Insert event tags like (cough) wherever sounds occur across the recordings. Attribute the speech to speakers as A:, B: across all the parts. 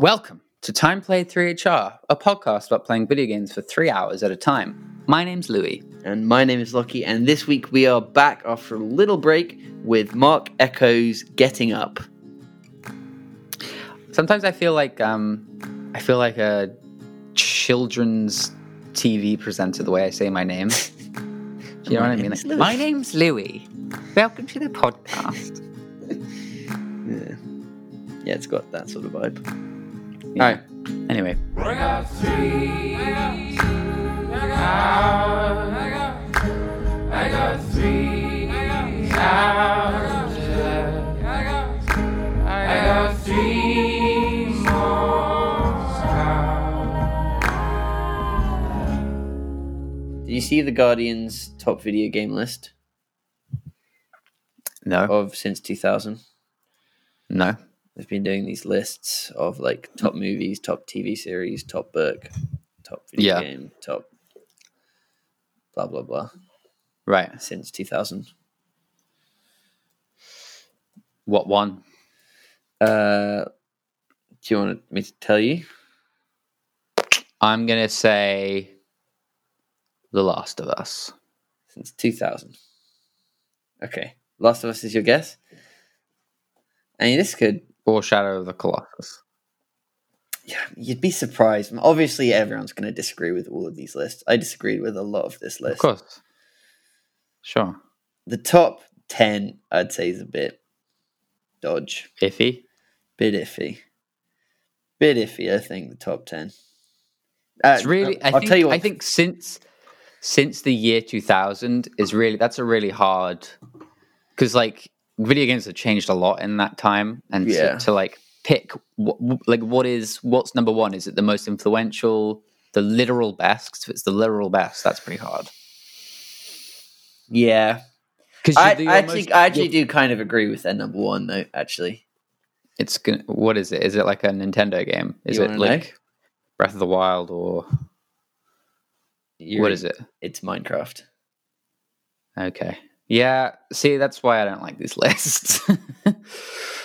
A: Welcome to Time Played 3HR, a podcast about playing video games for three hours at a time. My name's Louis.
B: And my name is Lockie, and this week we are back after a little break with Mark Echo's Getting Up.
A: Sometimes I feel like um, I feel like a children's TV presenter the way I say my
B: (laughs)
A: name. Do you know
B: My
A: what I mean?
B: name's
A: Like,
B: Louis.
A: my name's Louis. Welcome to the
B: (laughs)
A: podcast.
B: Yeah. yeah, it's got that sort of vibe.
A: Yeah.
B: All right.
A: Anyway,
B: Did you see the Guardian's top video game list
A: no,
B: of since 2000?
A: no.
B: They've been doing these lists of like top movies, top TV series, top book, top video
A: Yeah.
B: game, top blah blah blah
A: Right.
B: since 2000.
A: What one?
B: Uh, do you want me to tell you?
A: I'm gonna say The Last of Us.
B: since 2000. Okay. Last of Us is your guess? I mean, this could,
A: Or Shadow of the Colossus.
B: yeah, you'd be surprised. Obviously, everyone's going to disagree with all of these lists. I disagreed with a lot of this list.
A: Of course. Sure.
B: The top 10, I'd say, is a bit dodge,
A: Iffy.
B: bit iffy. Bit iffy, I think, the top 10. Uh,
A: It's really. I
B: I'll
A: think,
B: tell you what.
A: I think since since the year 2000 is really that's a really hard because like video games have changed a lot in that time, and to-
B: Yeah.
A: to, like pick what, like what is what's number one? Is it the most influential? The literal best. 'Cause If it's the literal best, that's pretty hard.
B: yeah.
A: Because
B: I, I actually, I actually do kind of agree with their number one, though, actually.
A: It's gonna. What is it? Is it like a Nintendo game? Is
B: You
A: it
B: wanna know?
A: like Breath of the Wild or what is it?
B: It's Minecraft.
A: Okay. Yeah. See, that's why I don't like these (laughs) lists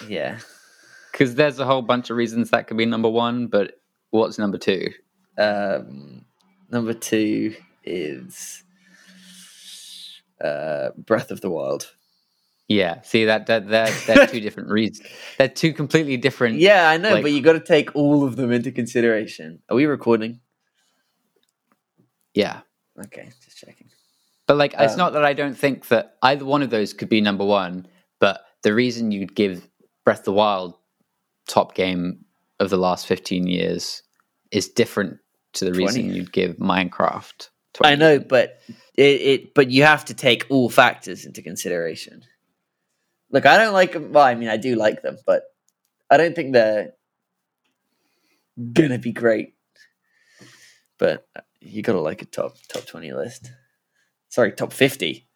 B: Yeah.
A: because there's a whole bunch of reasons that could be number one, but what's number two?
B: Um, number two is uh, Breath of the Wild.
A: Yeah. See that that they're, they're two different
B: (laughs)
A: reasons. They're two completely different.
B: Yeah, I know,
A: Like-
B: but you got to take all of them into consideration. Are we recording?
A: Yeah.
B: Okay, just checking.
A: But like, it's
B: Um,
A: not that I don't think that either one of those could be number one, but the reason you'd give Breath of the Wild top game of the last 15 years is different to the reason
B: 20.
A: you'd give Minecraft. 20.
B: I know, but it, it but you have to take all factors into consideration. Look, I don't like them. Well, I mean, I do like them, but I don't think they're gonna be great. But you gotta like a top top twenty list. Sorry, top fifty.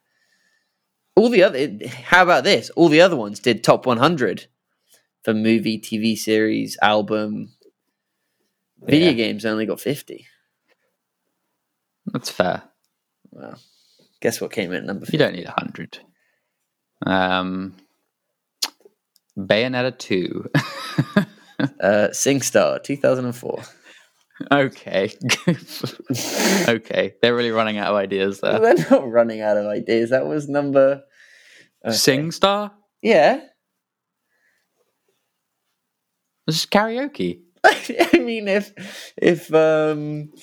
B: All the other. How about this? All the other ones did top one hundred for movie, TV series, album. Video
A: Yeah.
B: games only got fifty.
A: That's fair.
B: Well, guess what came in at number
A: You
B: 50?
A: don't need a hundred. Um, Bayonetta two. (laughs)
B: Uh, SingStar, 2004. (laughs)
A: okay, (laughs) okay, they're really running out of ideas there.
B: They're not running out of ideas. That was number. (laughs) Okay.
A: SingStar.
B: Yeah. (laughs)
A: This is karaoke. (laughs)
B: I mean, if if um,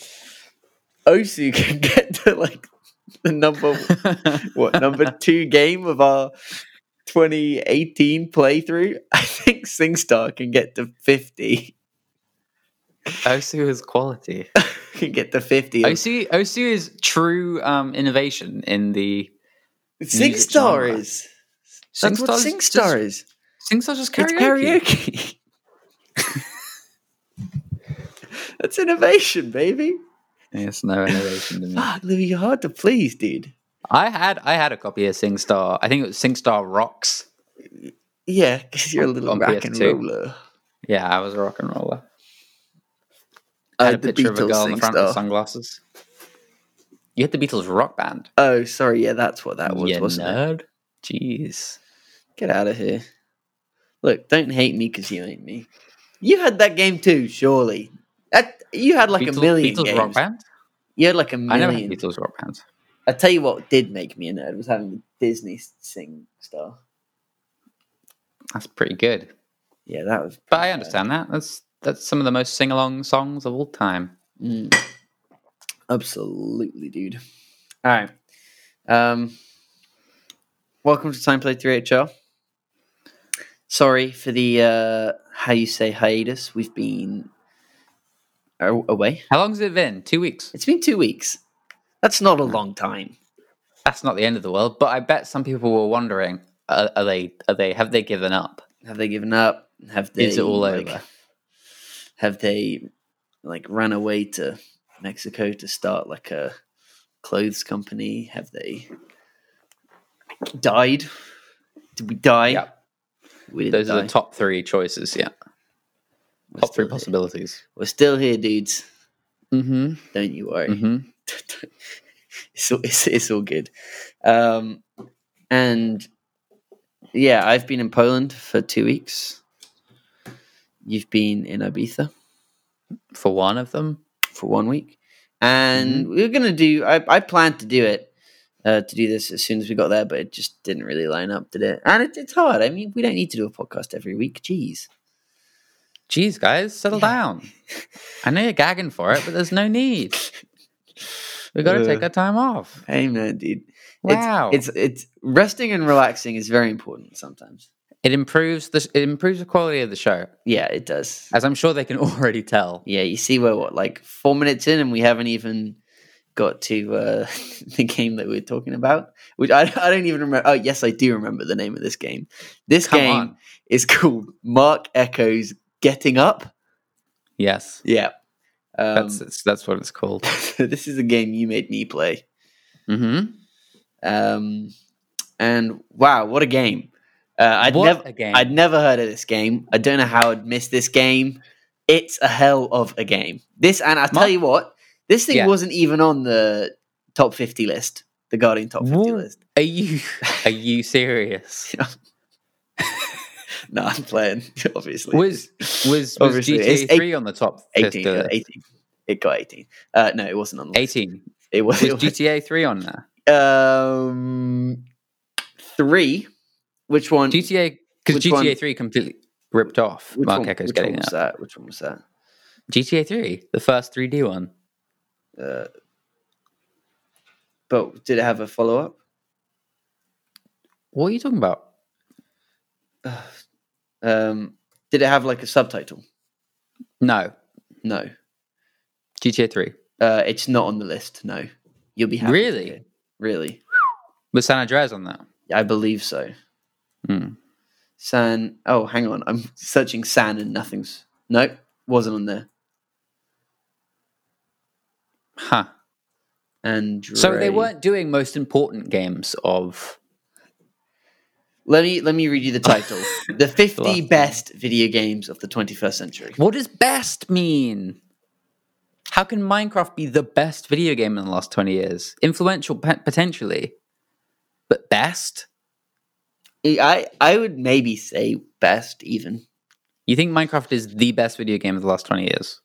B: Osu (laughs) can get to like the number what number two game of our 2018 playthrough, I think SingStar can get to 50.
A: Osu is (laughs) quality.
B: (laughs) Can get to 50.
A: Osu Osu is true um, innovation in the music
B: SingStar
A: genre.
B: is. That's what SingStar
A: is.
B: is.
A: SingStar just
B: It's
A: karaoke.
B: karaoke. That's innovation, baby.
A: It's no innovation to me.
B: Fuck, Louis, you're hard to please, dude.
A: I had I had a copy of SingStar. I think it was SingStar Rocks.
B: Yeah, because you're a little
A: on
B: rock and
A: PS2.
B: roller.
A: Yeah, I was a rock and roller.
B: I
A: I had a
B: had Uh, the
A: picture of a
B: Beatles
A: girl in the front
B: SingStar.
A: with sunglasses. You had the Beatles rock band.
B: Oh, sorry. Yeah, that's what that was,
A: You
B: wasn't it?
A: nerd. Jeez.
B: Get out of here. Look, don't hate me because you hate me. You had that game too, surely. That you had like
A: Beatles,
B: a million
A: Beatles
B: games.
A: Rock Band?
B: You had like a
A: I never had
B: million.
A: Beatles Rock Band.
B: I tell you what did make me a nerd was having the Disney sing stuff.
A: That's pretty good.
B: Yeah, that was.
A: But I understand that. That's that's some of the most sing along songs of all time.
B: Mm. Absolutely, dude. All right. Um, welcome to Time Play 3HR. Sorry for the uh, how you say hiatus. We've been a- away.
A: How long's it been? Two weeks.
B: It's been two weeks. That's not
A: Hmm.
B: a long time.
A: That's not the end of the world. But I bet some people were wondering: Are, are they? Are they? Have they given up?
B: Have they given up? Have they?
A: Is it all
B: like,
A: over?
B: Have they like run away to Mexico to start like a clothes company? Have they died? Did we die?
A: Yeah.
B: We didn't
A: Those are
B: die.
A: the top three choices. Yeah,
B: We're
A: top three
B: still here.
A: possibilities.
B: We're still here, dudes.
A: Mm-hmm.
B: Don't you worry.
A: Mm-hmm.
B: it's, all, it's, it's all good. Um, and yeah, I've been in Poland for two weeks. You've been in Ibiza.
A: For one of them,
B: for one week, and we were gonna do. I, I planned to do it uh, to do this as soon as we got there, but it just didn't really line up, did it? And it, it's hard. I mean, we don't need to do a podcast every week. Jeez,
A: Jeez, guys, settle
B: Yeah.
A: down. I know you're gagging for it, but there's no
B: (laughs)
A: need. We got to
B: Uh,
A: take our time off.
B: hey man, dude.
A: Wow,
B: It's, it's it's resting and relaxing is very important sometimes.
A: it improves the it improves the quality of the show,
B: Yeah, it does.
A: as I'm sure they can (laughs) already tell.
B: Yeah, you see, we're what like four minutes in, and we haven't even got to uh, (laughs) the game that we were talking about. Which I, I don't even remember. Oh, yes, I do remember the name of this game. This
A: Come
B: game
A: on,
B: is called Mark Echo's Getting Up.
A: yes.
B: Yeah. Um, (laughs)
A: That's it's, that's what it's called.
B: this is a game you made me play.
A: Mm-hmm.
B: Um, and wow, what a game. Uh, I'd, never,
A: a game.
B: I'd never heard of this game. I don't know how I'd miss this game. It's a hell of a game. This, and I'll tell
A: Mark-
B: you what, this thing
A: Yeah.
B: wasn't even on the top 50 list, the Guardian top 50
A: Whoa.
B: list.
A: Are you (laughs) are you
B: (laughs)
A: serious?
B: No, I'm playing, (laughs) obviously.
A: Was was was
B: Obviously, it's
A: GTA three on the top uh,
B: 18,
A: 18?
B: 18. It got 18. Uh, no, it wasn't on the list. (laughs)
A: 18.
B: It was,
A: Was GTA three on there?
B: um, three. Which one?
A: GTA because
B: Which one-
A: GTA three completely ripped off.
B: Which
A: Mark
B: one,
A: Echo's
B: which
A: getting
B: one was
A: it.
B: that? Which one was that?
A: GTA three, the first 3D one.
B: Uh, but did it have a follow up?
A: What are you talking about?
B: (sighs) Um, did it have like a subtitle?
A: No,
B: No,
A: GTA three
B: uh, it's not on the list. No, you'll be happy. to
A: Really?
B: hear. really,
A: was San Andreas on that.
B: I believe so.
A: Hmm.
B: San. Oh, hang on, I'm searching San and nothing's. No, wasn't on there.
A: Huh.
B: And
A: So they weren't doing most important games of.
B: Let me let me read you the
A: (laughs)
B: title: the 50
A: Last one.
B: best video games of the 21st century.
A: What does best mean? How can Minecraft be the best video game in the last 20 years? Influential pe- potentially, but best?
B: I I would maybe say best even.
A: You think Minecraft is the best video game of the last 20 years?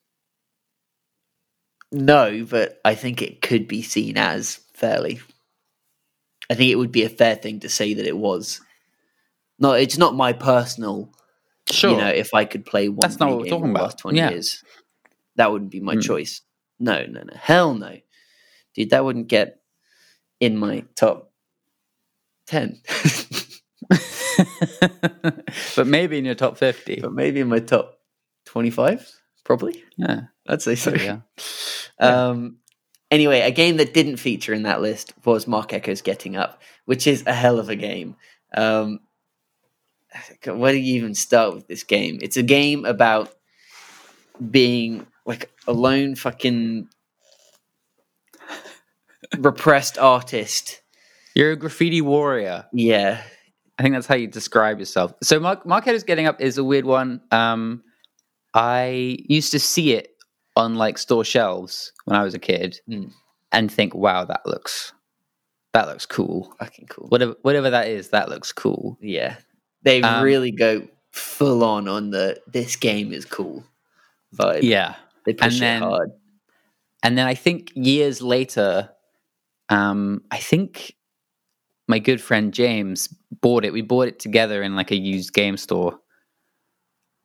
B: No, but I think it could be seen as fairly. I think it would be a fair thing to say that it was. No, it's not my personal.
A: Sure.
B: You know, if I could play one
A: That's not
B: video
A: what we're
B: game
A: talking
B: in the
A: about.
B: last 20
A: Yeah.
B: years, that wouldn't be my
A: Mm.
B: choice. No, no, no. Hell no. Dude, that wouldn't get in my top (laughs) 10.
A: (laughs) but maybe in your top 50.
B: but maybe in my top 25, probably.
A: Yeah.
B: I'd say so.
A: there we go.
B: (laughs) Um, anyway, a game that didn't feature in that list was Mark Echo's Getting Up, which is a hell of a game. Um, God, where do you even start with this game? It's a game about being like a
A: (laughs)
B: lone fucking repressed artist.
A: You're a graffiti warrior.
B: Yeah.
A: I think that's how you describe yourself. So Mark Marquette's getting up is a weird one. Um, I used to see it on like store shelves when I was a kid
B: Mm.
A: and think, wow, that looks that looks cool.
B: Fucking cool.
A: Whatever whatever that is, that looks cool.
B: Yeah. They
A: Um,
B: really go full on on the this game is cool vibe.
A: yeah.
B: they push
A: and
B: it
A: then-
B: hard.
A: And then I think years later, um, I think my good friend James bought it. We bought it together in like a used game store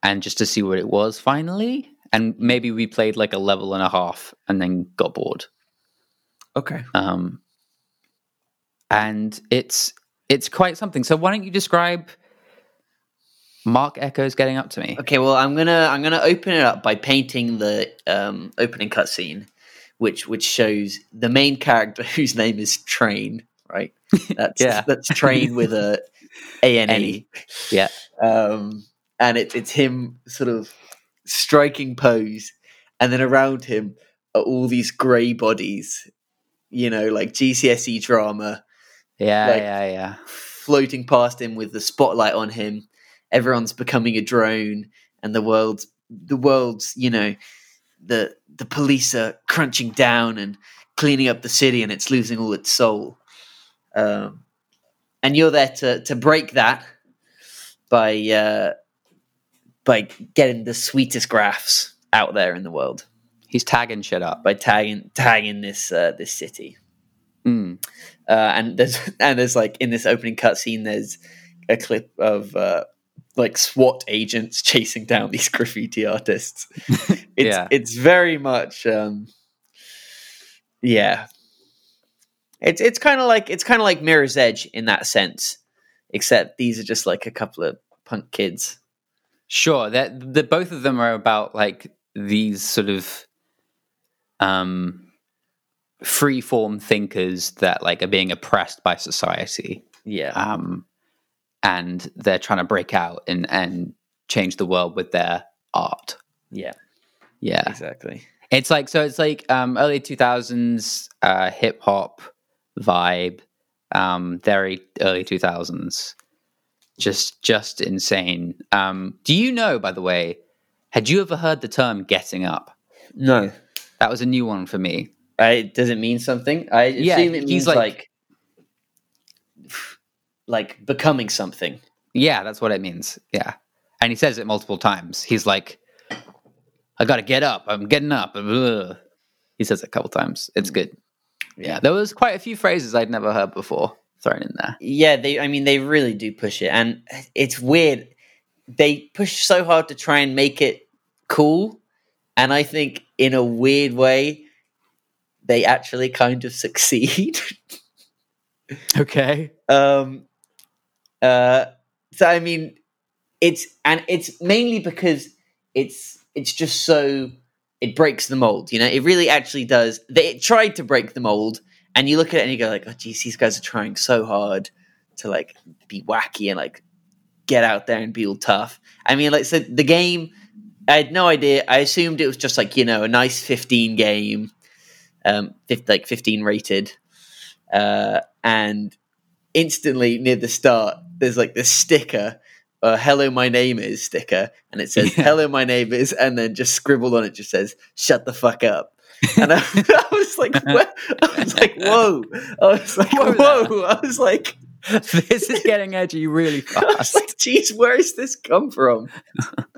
A: and just to see what it was finally. And maybe we played like a level and a half and then got bored.
B: Okay,
A: Um, and it's it's quite something. So why don't you describe Mark Echo's getting up to me?
B: okay. Well, I'm gonna I'm gonna open it up by painting the um, opening cutscene, which which shows the main character (laughs) whose name is Train. Right, (laughs) that's
A: Yeah.
B: that's Train with a (laughs) A N E.
A: Yeah.
B: um, and it, it's him sort of striking pose, and then around him are all these grey bodies, you know, like GCSE E drama.
A: Yeah,
B: like-
A: yeah, yeah.
B: floating past him with the spotlight on him. Everyone's becoming a drone, and the world's the world's you know the the police are crunching down and cleaning up the city, and it's losing all its soul. Um, and you're there to to break that by uh, by getting the sweetest graphs out there in the world
A: He's tagging shit up.
B: by tagging tagging this uh, this city
A: Mm.
B: uh, and there's (laughs) and there's like in this opening cutscene, there's a clip of uh, like SWAT agents (laughs) chasing down these graffiti
A: (laughs)
B: artists. It's
A: Yeah.
B: it's very much um, yeah. It's it's kind of like it's kind of like Mirror's Edge in that sense, except these are just like a couple of punk kids.
A: Sure. That the both of them are about like these sort of um free form thinkers that like are being oppressed by society.
B: Yeah,
A: Um and they're trying to break out and and change the world with their art.
B: yeah,
A: Yeah.
B: exactly.
A: It's like so it's like um early 2000s uh hip hop vibe um very early 2000s just just insane. Um do you know by the way had you ever heard the term getting up?
B: No,
A: That was a new one for me.
B: I, does it mean something? I
A: Yeah,
B: assume it
A: he's
B: means
A: like-
B: like (sighs) like becoming something.
A: Yeah, that's what it means. Yeah. And he says it multiple times. He's like I got to get up. I'm getting up. Ugh. He says it a couple times. It's good. Mm. Yeah, there was quite a few phrases I'd never heard before thrown in there.
B: Yeah, they I mean they really do push it and it's weird. They push so hard to try and make it cool and I think in a weird way they actually kind of (laughs) succeed.
A: Okay.
B: um uh so I mean it's and it's mainly because it's it's just so it breaks the mold, you know? It really actually does. They it tried to break the mold and you look at it and you go like, "Oh geez, these guys are trying so hard to like be wacky and like get out there and be all tough. I mean, like, so the game, I had no idea. I assumed it was just like you know a nice fifteen game, um, fif- like fifteen rated, uh, and instantly near the start, there's like this sticker. Uh, hello, my name is sticker, and it says
A: Yeah.
B: "Hello, my name is," and then just scribbled on it just says "Shut the fuck up." And I, (laughs) I was like, what? I was like, whoa! I was like,
A: Whoa there.
B: whoa! I was like,
A: (laughs) this is getting edgy really
B: I was
A: fast.
B: like, geez, where has this come from?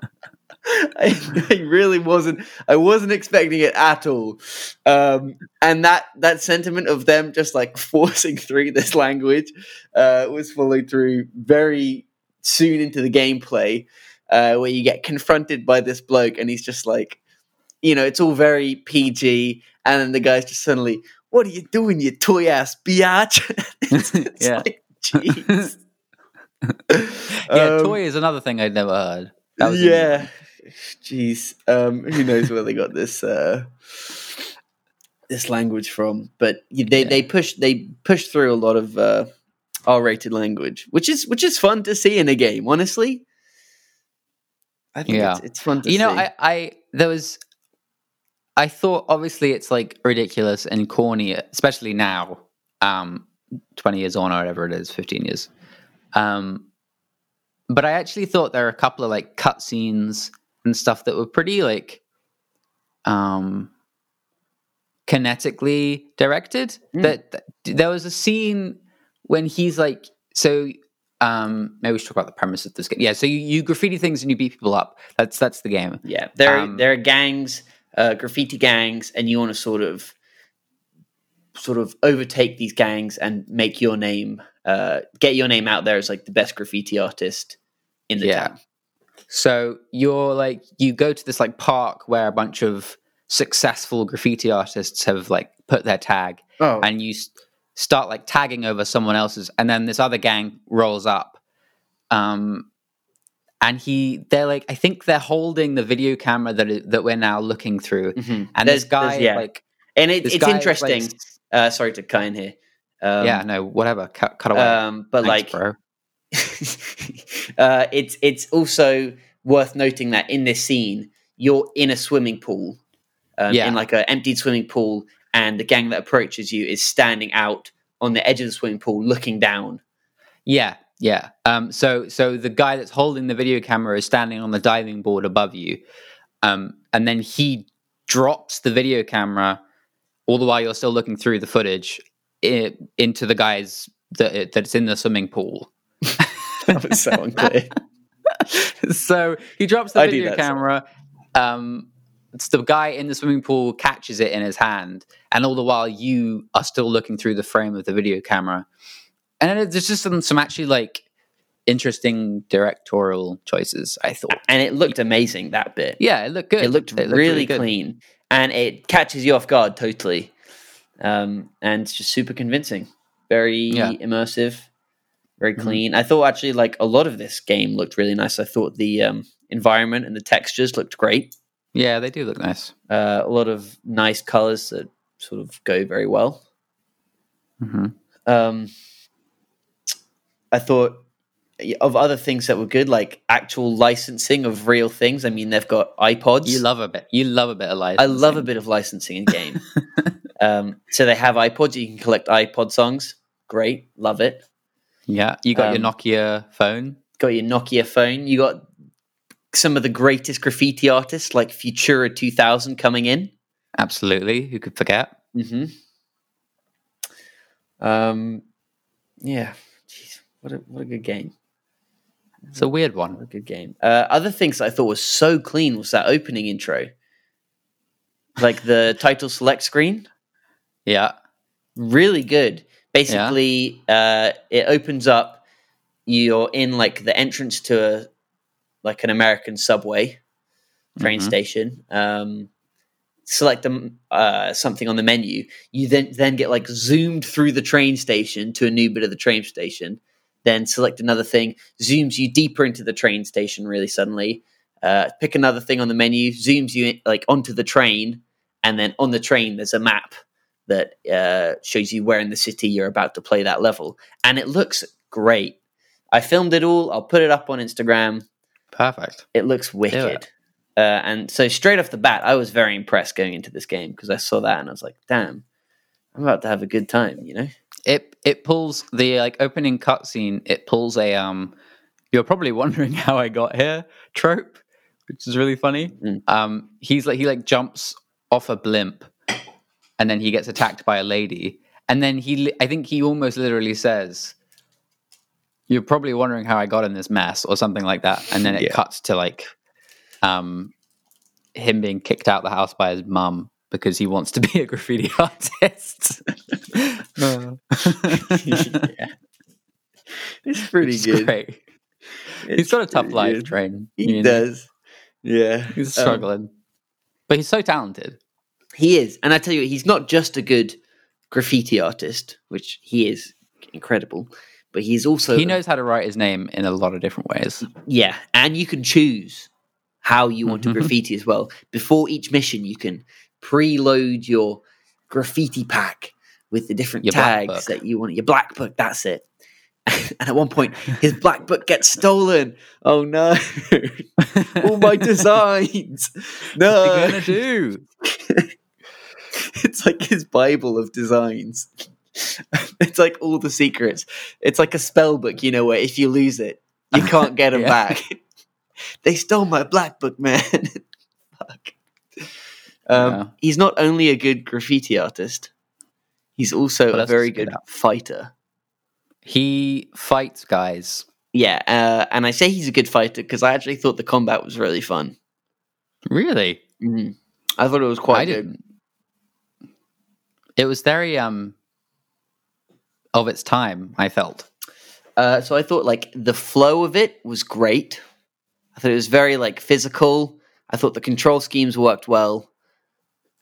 B: (laughs) I, I really wasn't. I wasn't expecting it at all, um, and that that sentiment of them just like (laughs) forcing through this language uh, was followed through very soon into the gameplay, uh, where you get confronted by this bloke, and he's just like, you know, it's all very PG, and then the guy's just suddenly, "What are you doing, you toy ass biatch?" (laughs) (laughs) it's
A: (laughs) Yeah.
B: like, jeez.
A: yeah,
B: Um,
A: toy is another thing I'd never heard. That was a new
B: yeah. Jeez. Um, who knows where they got this uh, this language from? But y- they
A: Yeah.
B: they push they push through a lot of uh, R rated language, which is which is fun to see in a game. Honestly, I think
A: Yeah.
B: it's, it's fun to
A: You know,
B: see.
A: I, I there was I thought obviously it's like ridiculous and corny, especially now, um, twenty years on or whatever it is, fifteen years. Um but I actually thought there were a couple of like cutscenes and stuff that were pretty like um kinetically directed.
B: Mm.
A: That, that- there was a scene when he's like so Um, maybe we should talk about the premise of this game. Yeah, so you, you graffiti things and you beat people up. That's that's the game.
B: Yeah, there
A: Um,
B: there are gangs, uh, graffiti gangs, and you want to sort of sort of overtake these gangs and make your name, uh, get your name out there as like the best graffiti artist in the
A: Yeah.
B: town.
A: So you're like you go to this like park where a bunch of successful graffiti artists have like put their tag,
B: Oh,
A: and you s- start like tagging over someone else's, and then this other gang rolls up, um, and he they're like I think they're holding the video camera that i- that we're now looking through, and
B: There's-
A: this
B: there's-
A: guy is,
B: yeah.
A: like
B: and it,
A: this
B: it's
A: guy is,
B: interesting.
A: like,
B: uh, sorry to cut in here. Um,
A: yeah, no, whatever, cut, cut away.
B: um, but
A: Thanks,
B: like
A: bro.
B: (laughs) uh, it's it's also worth noting that in this scene, you're in a swimming pool, um,
A: Yeah.
B: in like an emptied swimming pool, and the gang that approaches you is standing out on the edge of the swimming pool, looking down. (laughs)
A: Yeah, yeah. Um, so so the guy that's holding the video camera is standing on the diving board above you, um, and then he drops the video camera, all the while you're still looking through the footage i into the guy's that that's in the swimming pool.
B: that was so unclear.
A: (laughs) so he drops the
B: I do
A: video
B: that, so-
A: camera. Um, it's the guy in the swimming pool catches it in his hand, and all the while you are still looking through the frame of the video camera. And it- there's just some, some actually like interesting directorial choices. I thought,
B: and it looked amazing that bit.
A: yeah, it looked good.
B: It looked really,
A: good.
B: clean, and it catches you off guard totally, um, and it's just super convincing, very
A: Yeah.
B: immersive, very
A: Mhm.
B: clean. I thought actually like a lot of this game looked really nice. I thought the um, environment and the textures looked great.
A: Yeah, they do look nice.
B: Uh, a lot of nice colors that sort of go very well.
A: Mhm.
B: Um, I thought of other things that were good, like actual licensing of real things. I mean, they've got iPods.
A: You love a bit. You love a bit of life.
B: I love a bit of licensing in game. um, so they have iPods. You can collect iPod songs. Great, love it.
A: Yeah, you got your
B: Um,
A: Nokia phone.
B: Got your Nokia phone. You got some of the greatest graffiti artists like Futura 2000 coming in.
A: Absolutely. Who could forget?
B: Mm-hmm. Um, yeah. Jeez, what a what a good game.
A: It's a weird
B: What
A: one.
B: a good game. Uh, other things I thought was so clean was that opening intro, like the title select screen.
A: Yeah.
B: really good. Basically, uh, it opens up. You're in like the entrance to a, like an American subway train
A: Mhm.
B: station. Um, select them uh, something on the menu. You then then get like zoomed through the train station to a new bit of the train station. Then select another thing, zooms you deeper into the train station really suddenly. Uh, pick another thing on the menu, zooms you in, like onto the train, and then on the train there's a map that uh, shows you where in the city you're about to play that level, and it looks great. I filmed it all. I'll put it up on Instagram.
A: Perfect.
B: It looks wicked. Uh, and so straight off the bat, I was very impressed going into this game because I saw that and I was like, "Damn, I'm about to have a good time,"
A: (laughs)
B: you know?
A: it it pulls the like opening cutscene. It pulls a um. You're probably wondering (laughs) how I got here trope, which is really funny.
B: Mm.
A: Um, he's like he like jumps off a blimp, and then he gets attacked by a lady, and then he li- I think he almost literally says, "You're probably wondering how I got in this mess" or something like that, and then it
B: Yeah.
A: cuts to like, um, him being kicked out the house by his mum because he wants to be a graffiti (laughs)
B: (laughs)
A: artist.
B: yeah. (laughs) It's pretty
A: It's
B: good.
A: great. he's
B: It's
A: got a tough
B: pretty
A: life,
B: good.
A: Train.
B: He does. Yeah.
A: He's
B: Um,
A: struggling, but he's so talented.
B: He is, and I tell you, he's not just a good graffiti artist, which he is incredible, but he's also
A: he knows how to write his name in a lot of different ways.
B: yeah, and you can choose how you want to
A: Mhm.
B: graffiti as well. Before each mission, you can preload your graffiti pack with the different
A: Your black book.
B: tags that you want. Your black book, that's it. (laughs) and at one point, his black book gets stolen. Oh no! (laughs) All Oh
A: (laughs)
B: my designs.
A: What are you
B: No,
A: gonna do?
B: (laughs) it's like his bible of designs. (laughs) it's like all the secrets. It's like a spell book, you know, where if you lose it,
A: (laughs)
B: you can't get them
A: Yeah.
B: back. (laughs) they stole my black book, man. (laughs) Fuck. Um,
A: Yeah.
B: He's not only a good graffiti artist, he's also
A: What
B: a
A: else
B: very
A: is he good
B: good fighter.
A: He fights guys.
B: Yeah, uh, and I say he's a good fighter because I actually thought the combat was really fun.
A: Really?
B: Mhm. I thought it was quite
A: I
B: good.
A: didn't. It was very um of its time. I felt.
B: Uh, so I thought like the flow of it was great. I thought it was very like physical. I thought the control schemes worked well,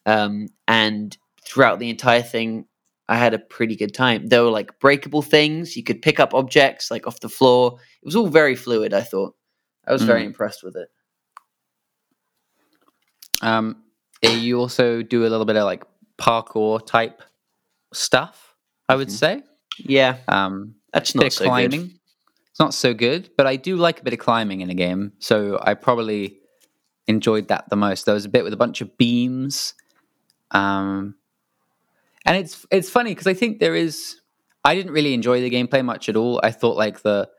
B: um, and throughout the entire thing, I had a pretty good time. There were like breakable things you could pick up objects like off the floor. It was all very fluid. I thought I was very
A: Mm.
B: impressed with it.
A: Um, eh, you also do a little bit of like parkour type stuff. I would
B: Mhm.
A: say.
B: Yeah,
A: Um,
B: that's
A: bit
B: not
A: of
B: so
A: climbing.
B: good.
A: It's not so good, but I do like a bit of climbing in a game. So I probably enjoyed that the most. There was a bit with a bunch of beams, um, and it's it's funny because I think there is. I didn't really enjoy the gameplay much at all. I thought like the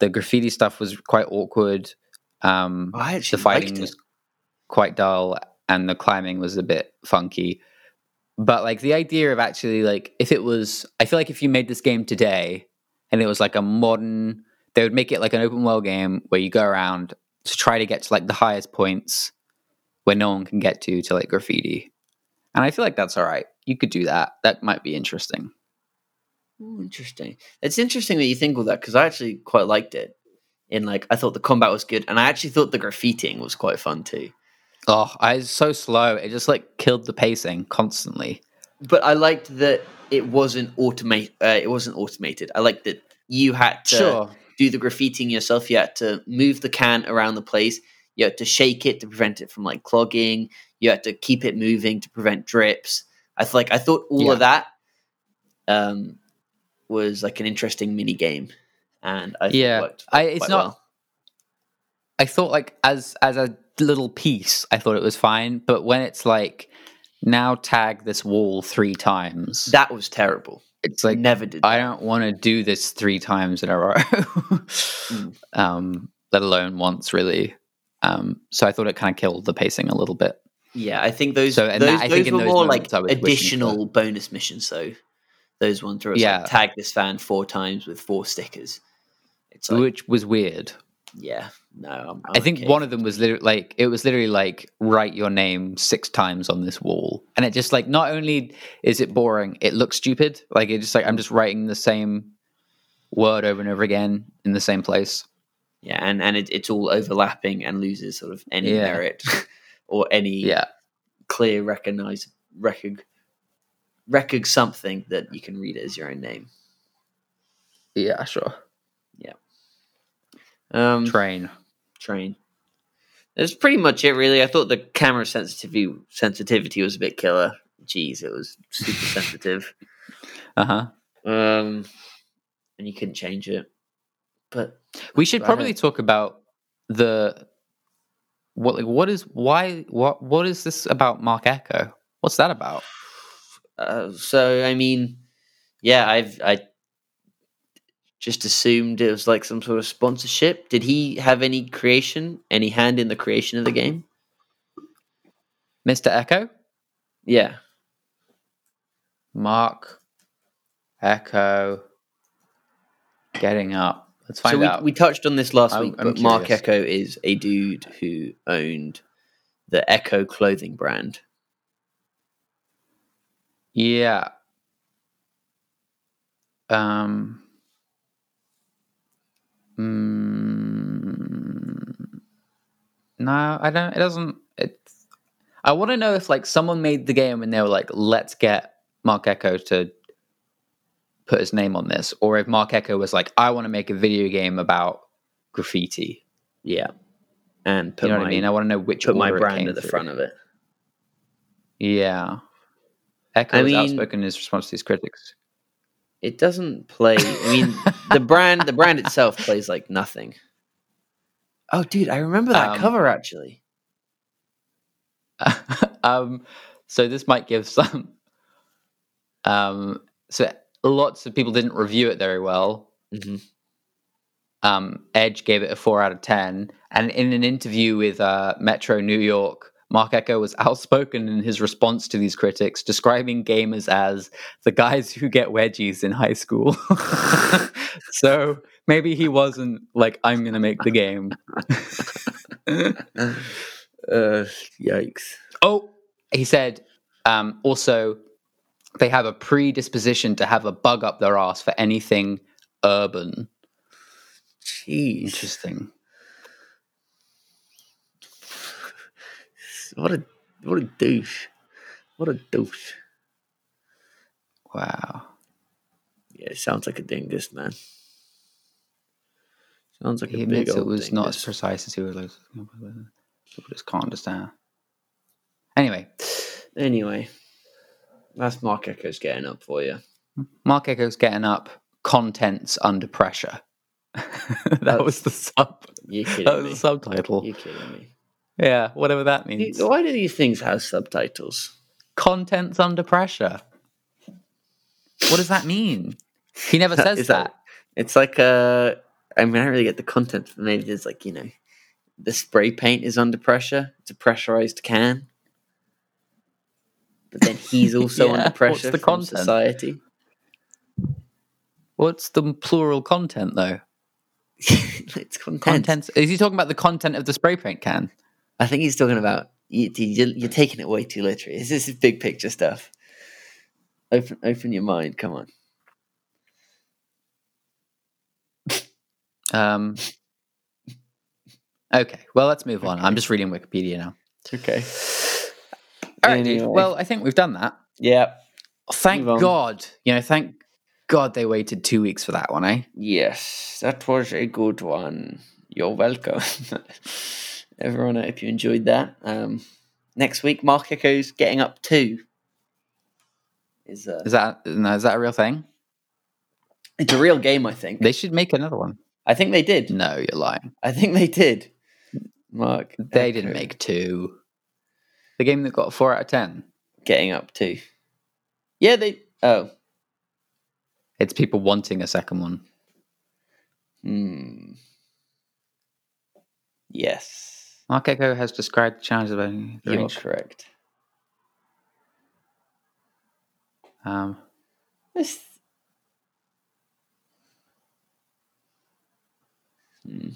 A: the graffiti stuff was quite awkward. Um,
B: I
A: the
B: actually liked
A: fighting
B: it.
A: was quite dull and the climbing was a bit funky but like the idea of actually like if it was i feel like if you made this game today and it was like a modern they would make it like an open world game where you go around to try to get to like the highest points where no one can get to to like graffiti and i feel like that's all right you could do that that might be interesting
B: Ooh, interesting. It's interesting that you think all that because I actually quite liked it. In like, I thought the combat was good, and I actually thought the graffitiing was quite fun too.
A: oh i was so slow it just like killed the pacing constantly
B: But I liked that it wasn't automate. Uh, it wasn't automated. I liked that you had to do the graffitiing yourself. You had to move the can around the place. You had to shake it to prevent it from like clogging. You had to keep it moving to prevent drips. I th- like. I thought all of that um, was like an interesting mini game, and I thought it
A: Yeah.
B: worked
A: I, it's
B: quite
A: not
B: well.
A: I thought like as as a little piece, I thought it was fine. But when it's like now tag this wall three times,
B: That was terrible.
A: it's like
B: Never did.
A: I don't want to do this three times in a (laughs) row,
B: Mm.
A: um, let alone once really. Um, so I thought it kind of killed the pacing a little bit.
B: Yeah, I think those
A: So,
B: those,
A: and that- I think
B: those
A: in
B: were
A: those
B: more like
A: moments I was wishing for-
B: additional bonus missions. though. those ones where it's
A: Yeah.
B: like tag this fan four times with four stickers. It's like
A: which was weird.
B: yeah, no, I'm, I'm
A: I think
B: okay.
A: one of them was literally like it was literally like write your name six times on this wall, and it just like not only is it boring, it looks stupid. Like it just like I'm just writing the same word over and over again in the same place.
B: yeah, and and it, it's all overlapping and loses sort of any
A: Yeah.
B: merit (laughs) or any
A: Yeah,
B: clear recognize recog recog something that you can read it as your own name.
A: yeah, sure.
B: Um,
A: Train.
B: train. That's pretty much it, really. I thought the camera sensitivity sensitivity was a bit killer. Jeez, it was super
A: (laughs)
B: sensitive.
A: Uh huh.
B: Um, and you couldn't change it. But
A: We should
B: Right.
A: probably talk about the what like what is why what what is this about Mark Echo? What's that about?
B: uh, so I mean, yeah, I've I just assumed it was like some sort of sponsorship. Did he have any creation, any hand in the creation of the game?
A: Mr. Echo?
B: Yeah,
A: Mark Echo getting up. Let's find
B: so we,
A: out.
B: we touched on this last
A: I'm-
B: week,
A: I'm
B: but Mark
A: curious.
B: Echo is a dude who owned the Echo clothing brand.
A: Yeah. Um. mm, no, I don't. It doesn't. It's. I want to know if like someone made the game and they were like, "Let's get Mark Echo to put his name on this," or if Mark Echo was like, "I want to make a video game about graffiti."
B: Yeah, and put
A: you know
B: my
A: what I mean? I want to know which
B: put my
A: order it
B: brand
A: came
B: at the
A: through.
B: front of it.
A: Yeah. Echo
B: I
A: was
B: mean-
A: outspoken in his response to these critics.
B: It doesn't play. I (laughs) mean, the brand the brand itself plays like nothing. Oh, dude, I remember that
A: Um,
B: cover actually.
A: um, so this might give some. (laughs) Um, so lots of people didn't review it very well.
B: mm-hmm. (sighs)
A: Um, Edge gave it a four out of ten, and in an interview with uh, Metro New York, Mark Echo was (laughs) outspoken in his response to these critics, describing gamers as the guys who get wedgies in high school. (laughs) so maybe he wasn't like, I'm going to make the game.
B: uh, yikes.
A: Oh, he said um, also they have a predisposition to have a bug up their ass for anything urban.
B: Jeez.
A: Interesting.
B: What a what a douche. What a douche.
A: Wow.
B: Yeah, it sounds like a dingus, man. Sounds like
A: He
B: a big
A: admits it
B: old
A: was
B: dingus.
A: not as precise as he would like. People just can't understand. Anyway,
B: Anyway, that's Mark Echo's getting up for you.
A: Mark Echo's getting up. Contents under pressure. (laughs) that
B: That's-
A: was the sub.
B: (laughs) You're
A: That
B: kidding
A: was the
B: me.
A: subtitle.
B: You're kidding me.
A: Yeah, whatever that
B: Dude,
A: means.
B: Why do these things have subtitles?
A: Contents under pressure. What does that mean? He never says
B: Is
A: that.
B: that- It's like uh, I mean, I don't really get the content. Maybe there's like you know, the spray paint is under pressure. It's a pressurized can. But then (laughs) he's also
A: Yeah,
B: under
A: what's
B: pressure
A: the
B: from
A: content?
B: society. (laughs)
A: What's the plural content though?
B: it's content.
A: Contents. Is he talking about the content of the spray paint can?
B: I think he's talking about you, you're, you're taking it way too literally. This is big picture stuff. Open, open your mind. Come on.
A: Um, okay. Well, let's move on. I'm just reading Wikipedia now.
B: Okay.
A: All right, dude.
B: Anyway.
A: Well, I think we've done that.
B: Yeah.
A: Thank
B: Move on.
A: God. You know, thank God they waited two weeks for that one, eh?
B: Yes, that was a good one. You're welcome. (laughs) Everyone, I hope you enjoyed that. Um, next week, Mark Echo's getting up too. Is, uh,
A: Is that no, is that a real thing?
B: it's a real game, I think.
A: They should make another one.
B: I think they did.
A: No, you're lying.
B: I think they did. Mark,
A: They didn't
B: Echo
A: make two. The game that got a four out of ten.
B: getting up too. Yeah, they. Oh,
A: It's people wanting a second one.
B: hmm. yes,
A: Mark Echo has described the challenges of the
B: you're
A: range.
B: correct.
A: Um,
B: This- Hmm.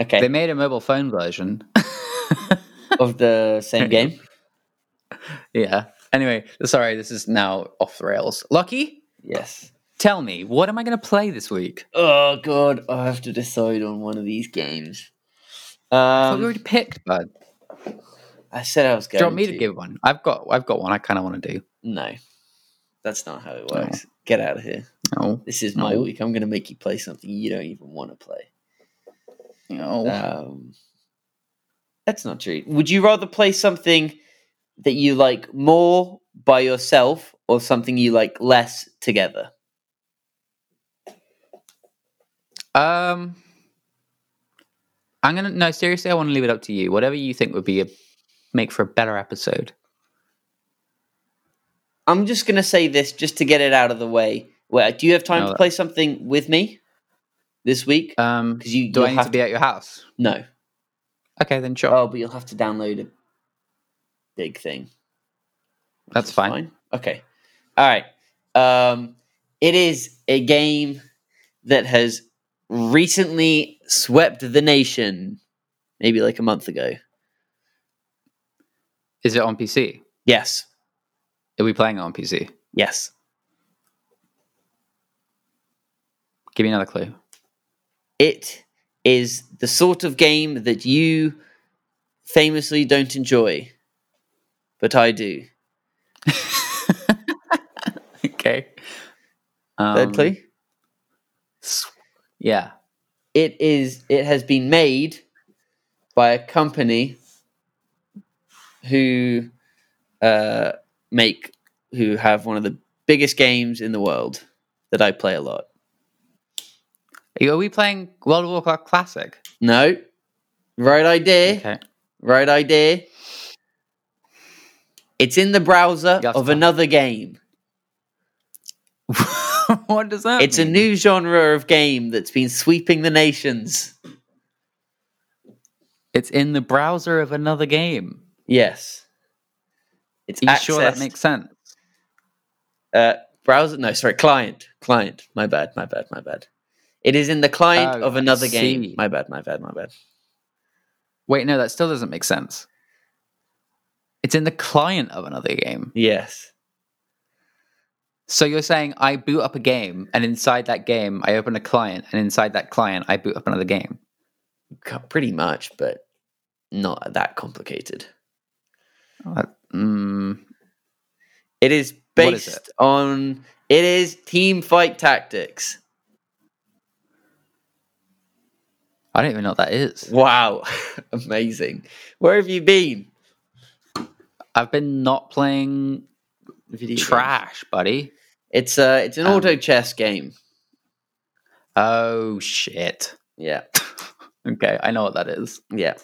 B: Okay.
A: They made a mobile phone version. (laughs)
B: of the same game.
A: yeah. Anyway, sorry, this is now off the rails. Lucky,
B: Yes.
A: tell me, what am I going to play this week?
B: Oh god, I have to decide on one of these games.
A: I thought
B: Um,
A: we already picked, bud.
B: I said I was
A: Do
B: going.
A: you want me to
B: to.
A: give one? I've got, I've got one. I kind of want to do.
B: No, that's not how it
A: No.
B: works. Get out of here.
A: Oh,
B: This is my
A: No.
B: week. I'm going to make you play something you don't even want to play.
A: no.
B: Um, that's not true. Would you rather play something that you like more by yourself or something you like less together?
A: um, I'm gonna. No, seriously, I want to leave it up to you. Whatever you think would be a make for a better episode.
B: I'm just going to say this just to get it out of the way. Well, do you have time
A: No.
B: to play something with me this week?
A: Um,
B: Because you
A: do
B: you'll
A: I need
B: have
A: to be at your house?
B: no.
A: Okay, then sure.
B: Oh, but you'll have to download a big thing. which
A: That's
B: is
A: fine.
B: Okay. All right. Um, it is a game that has recently swept the nation, maybe like a month ago.
A: Is it on PC?
B: Yes.
A: Are we playing it on PC?
B: Yes.
A: Give me another
B: (laughs)
A: clue.
B: It is the sort of game that you famously don't enjoy, but I do.
A: okay. Um,
B: Third clue.
A: s- Yeah.
B: It is. It has been made by a company who uh, make who have one of the biggest games in the world that I play a lot.
A: Are we playing World of Warcraft Classic?
B: No, right idea.
A: Okay. (laughs)
B: Right idea. It's in the browser
A: You have to tell
B: of
A: me.
B: another game.
A: what does that
B: It's a
A: mean?
B: new genre of game that's been sweeping the nations.
A: It's in the browser of another game.
B: Yes. It's
A: Are you sure that
B: accessed-
A: makes sense?
B: uh, browser. No, sorry, client. Client. My bad. My bad. My bad. It is in the client
A: Oh,
B: of another
A: I
B: game.
A: see.
B: My bad, my bad, my bad.
A: Wait, no, that still doesn't make sense. It's in the client of another game.
B: Yes.
A: So you're saying I boot up a game, and inside that game, I open a client, and inside that client, I boot up another game.
B: Co- Pretty much, but not that complicated. Oh.
A: Mm,
B: It is
A: What is
B: based
A: it?
B: on it is team fight tactics.
A: I don't even know what that is.
B: Wow. (laughs) Amazing. Where have you been?
A: I've been not playing
B: Video games.
A: trash, buddy.
B: It's uh it's an
A: Um,
B: auto chess game.
A: Oh shit.
B: Yeah.
A: Okay, I know what that is.
B: Yeah.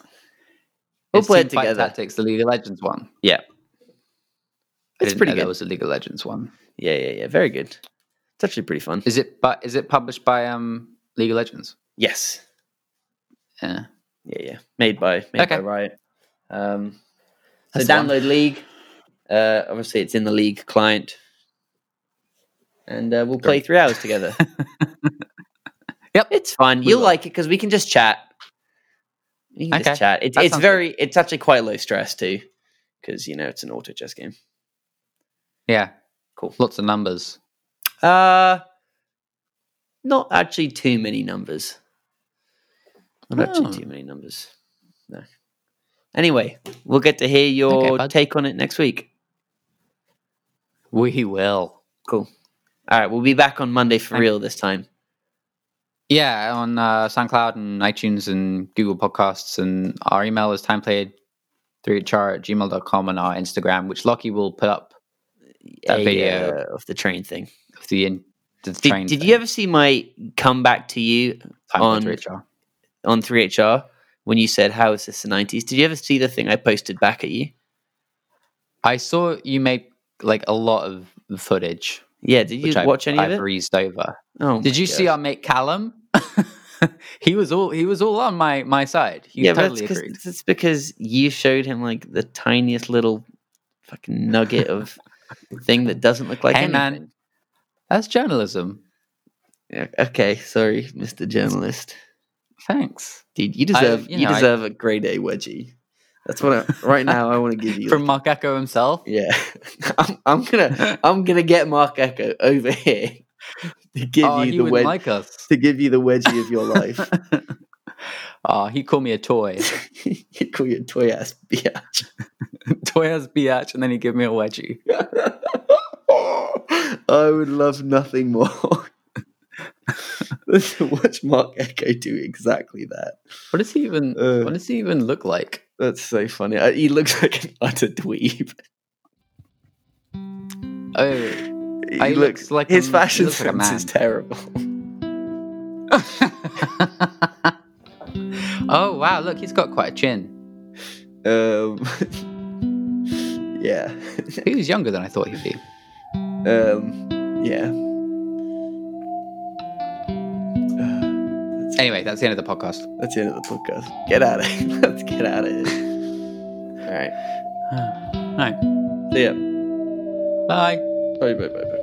B: We'll
A: It's
B: play it
A: Teamfight
B: together.
A: Tactics, the League of Legends one.
B: Yeah.
A: I
B: It's
A: didn't
B: pretty
A: know That
B: good.
A: was the League of Legends one.
B: Yeah, yeah, yeah. Very good. It's actually pretty fun.
A: Is it? But is it published by um League of Legends?
B: Yes.
A: Yeah.
B: Yeah, yeah. Made by made by
A: Okay.
B: Riot. Um, so
A: That's the one.
B: download League. Uh, obviously, it's in the League client, and uh, we'll play
A: Great.
B: three hours together.
A: (laughs) Yep.
B: it's fun.
A: We
B: You'll
A: will.
B: like it because we can just chat. We can
A: Okay.
B: just chat. It's
A: That
B: it's
A: sounds
B: very. It's actually quite low stress too, because you know it's an auto chess game.
A: Yeah.
B: Cool.
A: Lots of numbers.
B: Uh not actually too many numbers. Not
A: Oh.
B: actually too many numbers. No. Anyway, we'll get to hear your
A: Okay, bud.
B: take on it next week.
A: We will.
B: All right, we'll be back on Monday for
A: I'm-
B: real this time.
A: Yeah, on uh, SoundCloud and iTunes and Google Podcasts. And our email is timeplayed through char at gmail.com and our Instagram, which Lockie will put up That
B: A,
A: video.
B: uh, of the train thing.
A: of the, in, the
B: Did,
A: train.
B: did you ever see my comeback to you
A: time
B: on-
A: through char?
B: on 3HR when you said, How is this the 90s? Did you ever see the thing I posted back at you?
A: I saw you make like a lot of the footage,
B: Yeah, did you
A: which I,
B: watch any
A: I
B: of it?
A: breezed over.
B: Oh,
A: Did
B: my
A: you see
B: God.
A: our mate Callum? (laughs) he was all he was all on my my side. He
B: yeah,
A: totally
B: but that's 'cause-
A: agreed.
B: that's because you showed him like the tiniest little fucking nugget of thing that doesn't look like
A: Hey,
B: anything.
A: man. That's journalism.
B: Yeah, okay, sorry, Mr. Journalist.
A: Thanks
B: Dude, you deserve
A: you
B: you,
A: know, I-
B: deserve a grade A wedgie. That's what I, right now I want
A: (laughs)
B: to give you.
A: from Mark Echo himself.
B: yeah, (laughs) I'm, I'm gonna I'm gonna get Mark Echo over here to give
A: oh,
B: you
A: he
B: the
A: wouldn't
B: wedgie
A: like
B: (laughs)
A: us.
B: to give you the wedgie of
A: (laughs)
B: your life. (laughs)
A: Oh, he called me a toy. (laughs)
B: you call your toy ass biatch.
A: toy has biatch, and then he gave me a wedgie.
B: (laughs) I would love nothing more (laughs) than to watch Mark Echo do exactly that.
A: What does he even?
B: Uh.
A: what does he even look like?
B: That's so funny. Uh, He looks like an utter dweeb.
A: Oh,
B: He
A: he looks like a-
B: his
A: he
B: fashion
A: looks like a
B: sense is (laughs) terrible.
A: (laughs) oh wow! Look, he's got quite a chin.
B: Um, (laughs) yeah,
A: He was younger than I thought he'd be.
B: um, yeah. Uh,
A: Anyway, that's the end of the
B: (sighs)
A: podcast.
B: that's the end of the podcast. Get out of here. (laughs) Let's get out of here. All right.
A: All right,
B: See ya.
A: bye.
B: Bye bye bye bye.